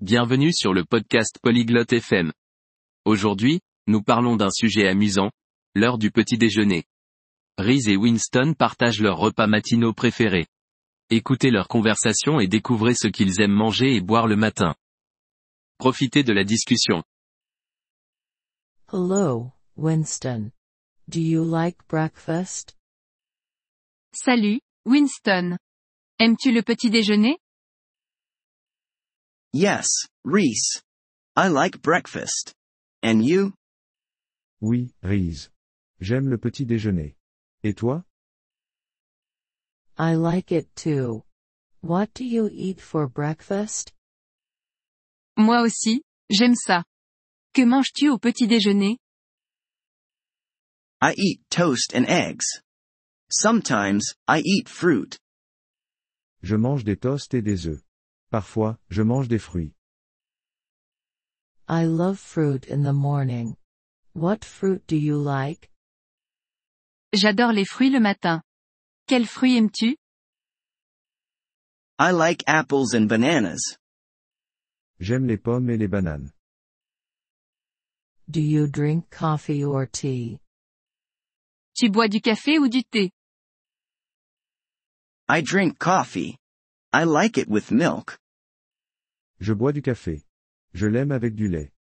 Bienvenue sur le podcast Polyglotte FM. Aujourd'hui, nous parlons d'un sujet amusant, l'heure du petit déjeuner. Reese et Winston partagent leurs repas matinaux préférés. Écoutez leur conversation et découvrez ce qu'ils aiment manger et boire le matin. Profitez de la discussion. Hello, Winston. Do you like breakfast? Salut, Winston. Aimes-tu le petit déjeuner Yes, Reese. I like breakfast. And you? Oui, Reese. J'aime le petit déjeuner. Et toi I like it too. What do you eat for breakfast? Moi aussi, j'aime ça. Que manges-tu au petit déjeuner I eat toast and eggs. Sometimes, I eat fruit. Je mange des toasts et des œufs. Parfois, je mange des fruits. I love fruit in the morning. What fruit do you like? J'adore les fruits le matin. Quels fruits aimes-tu I like apples and bananas. J'aime les pommes et les bananes. Do you drink coffee or tea? Tu bois du café ou du thé I drink coffee. I like it with milk. Je bois du café. Je l'aime avec du lait.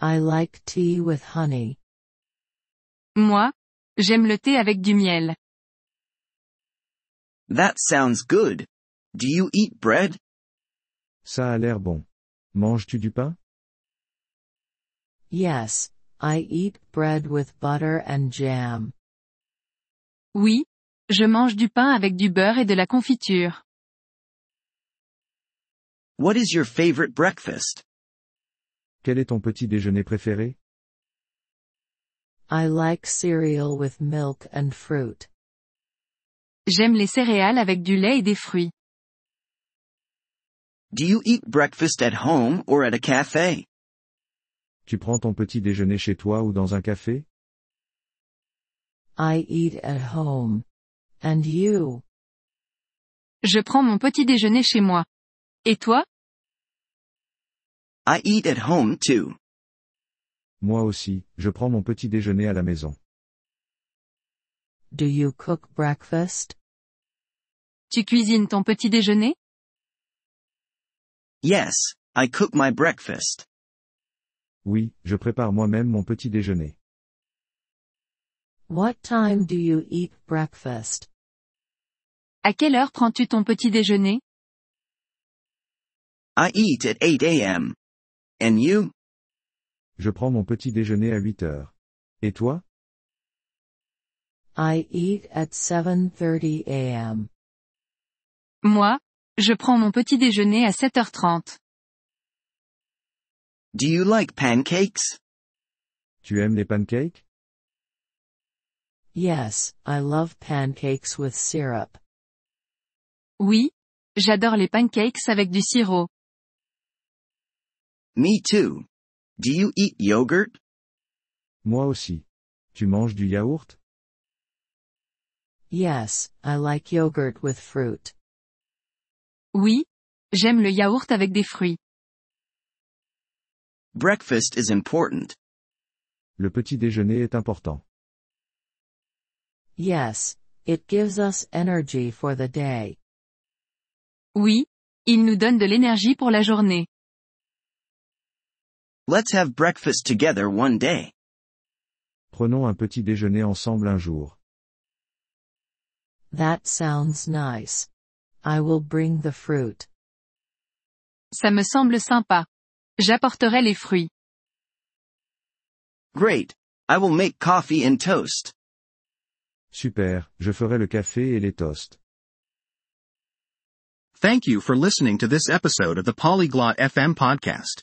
I like tea with honey. Moi J'aime le thé avec du miel. That sounds good. Do you eat bread? Ça a l'air bon. Manges-tu du pain Yes, I eat bread with butter and jam. Oui Je mange du pain avec du beurre et de la confiture. What is your favorite breakfast? Quel est ton petit déjeuner préféré I like cereal with milk and fruit. J'aime les céréales avec du lait et des fruits. Do you eat breakfast at home or at a cafe? Tu prends ton petit déjeuner chez toi ou dans un café I eat at home. And you? Je prends mon petit déjeuner chez moi. Et toi I eat at home too. Moi aussi, je prends mon petit déjeuner à la maison. Do you cook breakfast? Tu cuisines ton petit déjeuner Yes, I cook my breakfast. Oui, je prépare moi-même mon petit déjeuner. What time do you eat breakfast? À quelle heure prends-tu ton petit déjeuner I eat at 8 a.m. And you? Je prends mon petit déjeuner à 8 heures. Et toi I eat at 7:30 a.m. Moi, je prends mon petit déjeuner à 7h30. Do you like pancakes? Tu aimes les pancakes Yes, I love pancakes with syrup. Oui, j'adore les pancakes avec du sirop. Me too. Do you eat yogurt? Moi aussi. Tu manges du yaourt Yes, I like yogurt with fruit. Oui, j'aime le yaourt avec des fruits. Breakfast is important. Le petit déjeuner est important. Yes, it gives us energy for the day. Oui, il nous donne de l'énergie pour la journée. Let's have breakfast together one day. Prenons un petit déjeuner ensemble un jour. That sounds nice. I will bring the fruit. Ça me semble sympa. J'apporterai les fruits. Great. I will make coffee and toast. Super, je ferai le café et les toasts. Thank you for listening to this episode of the Polyglot FM podcast.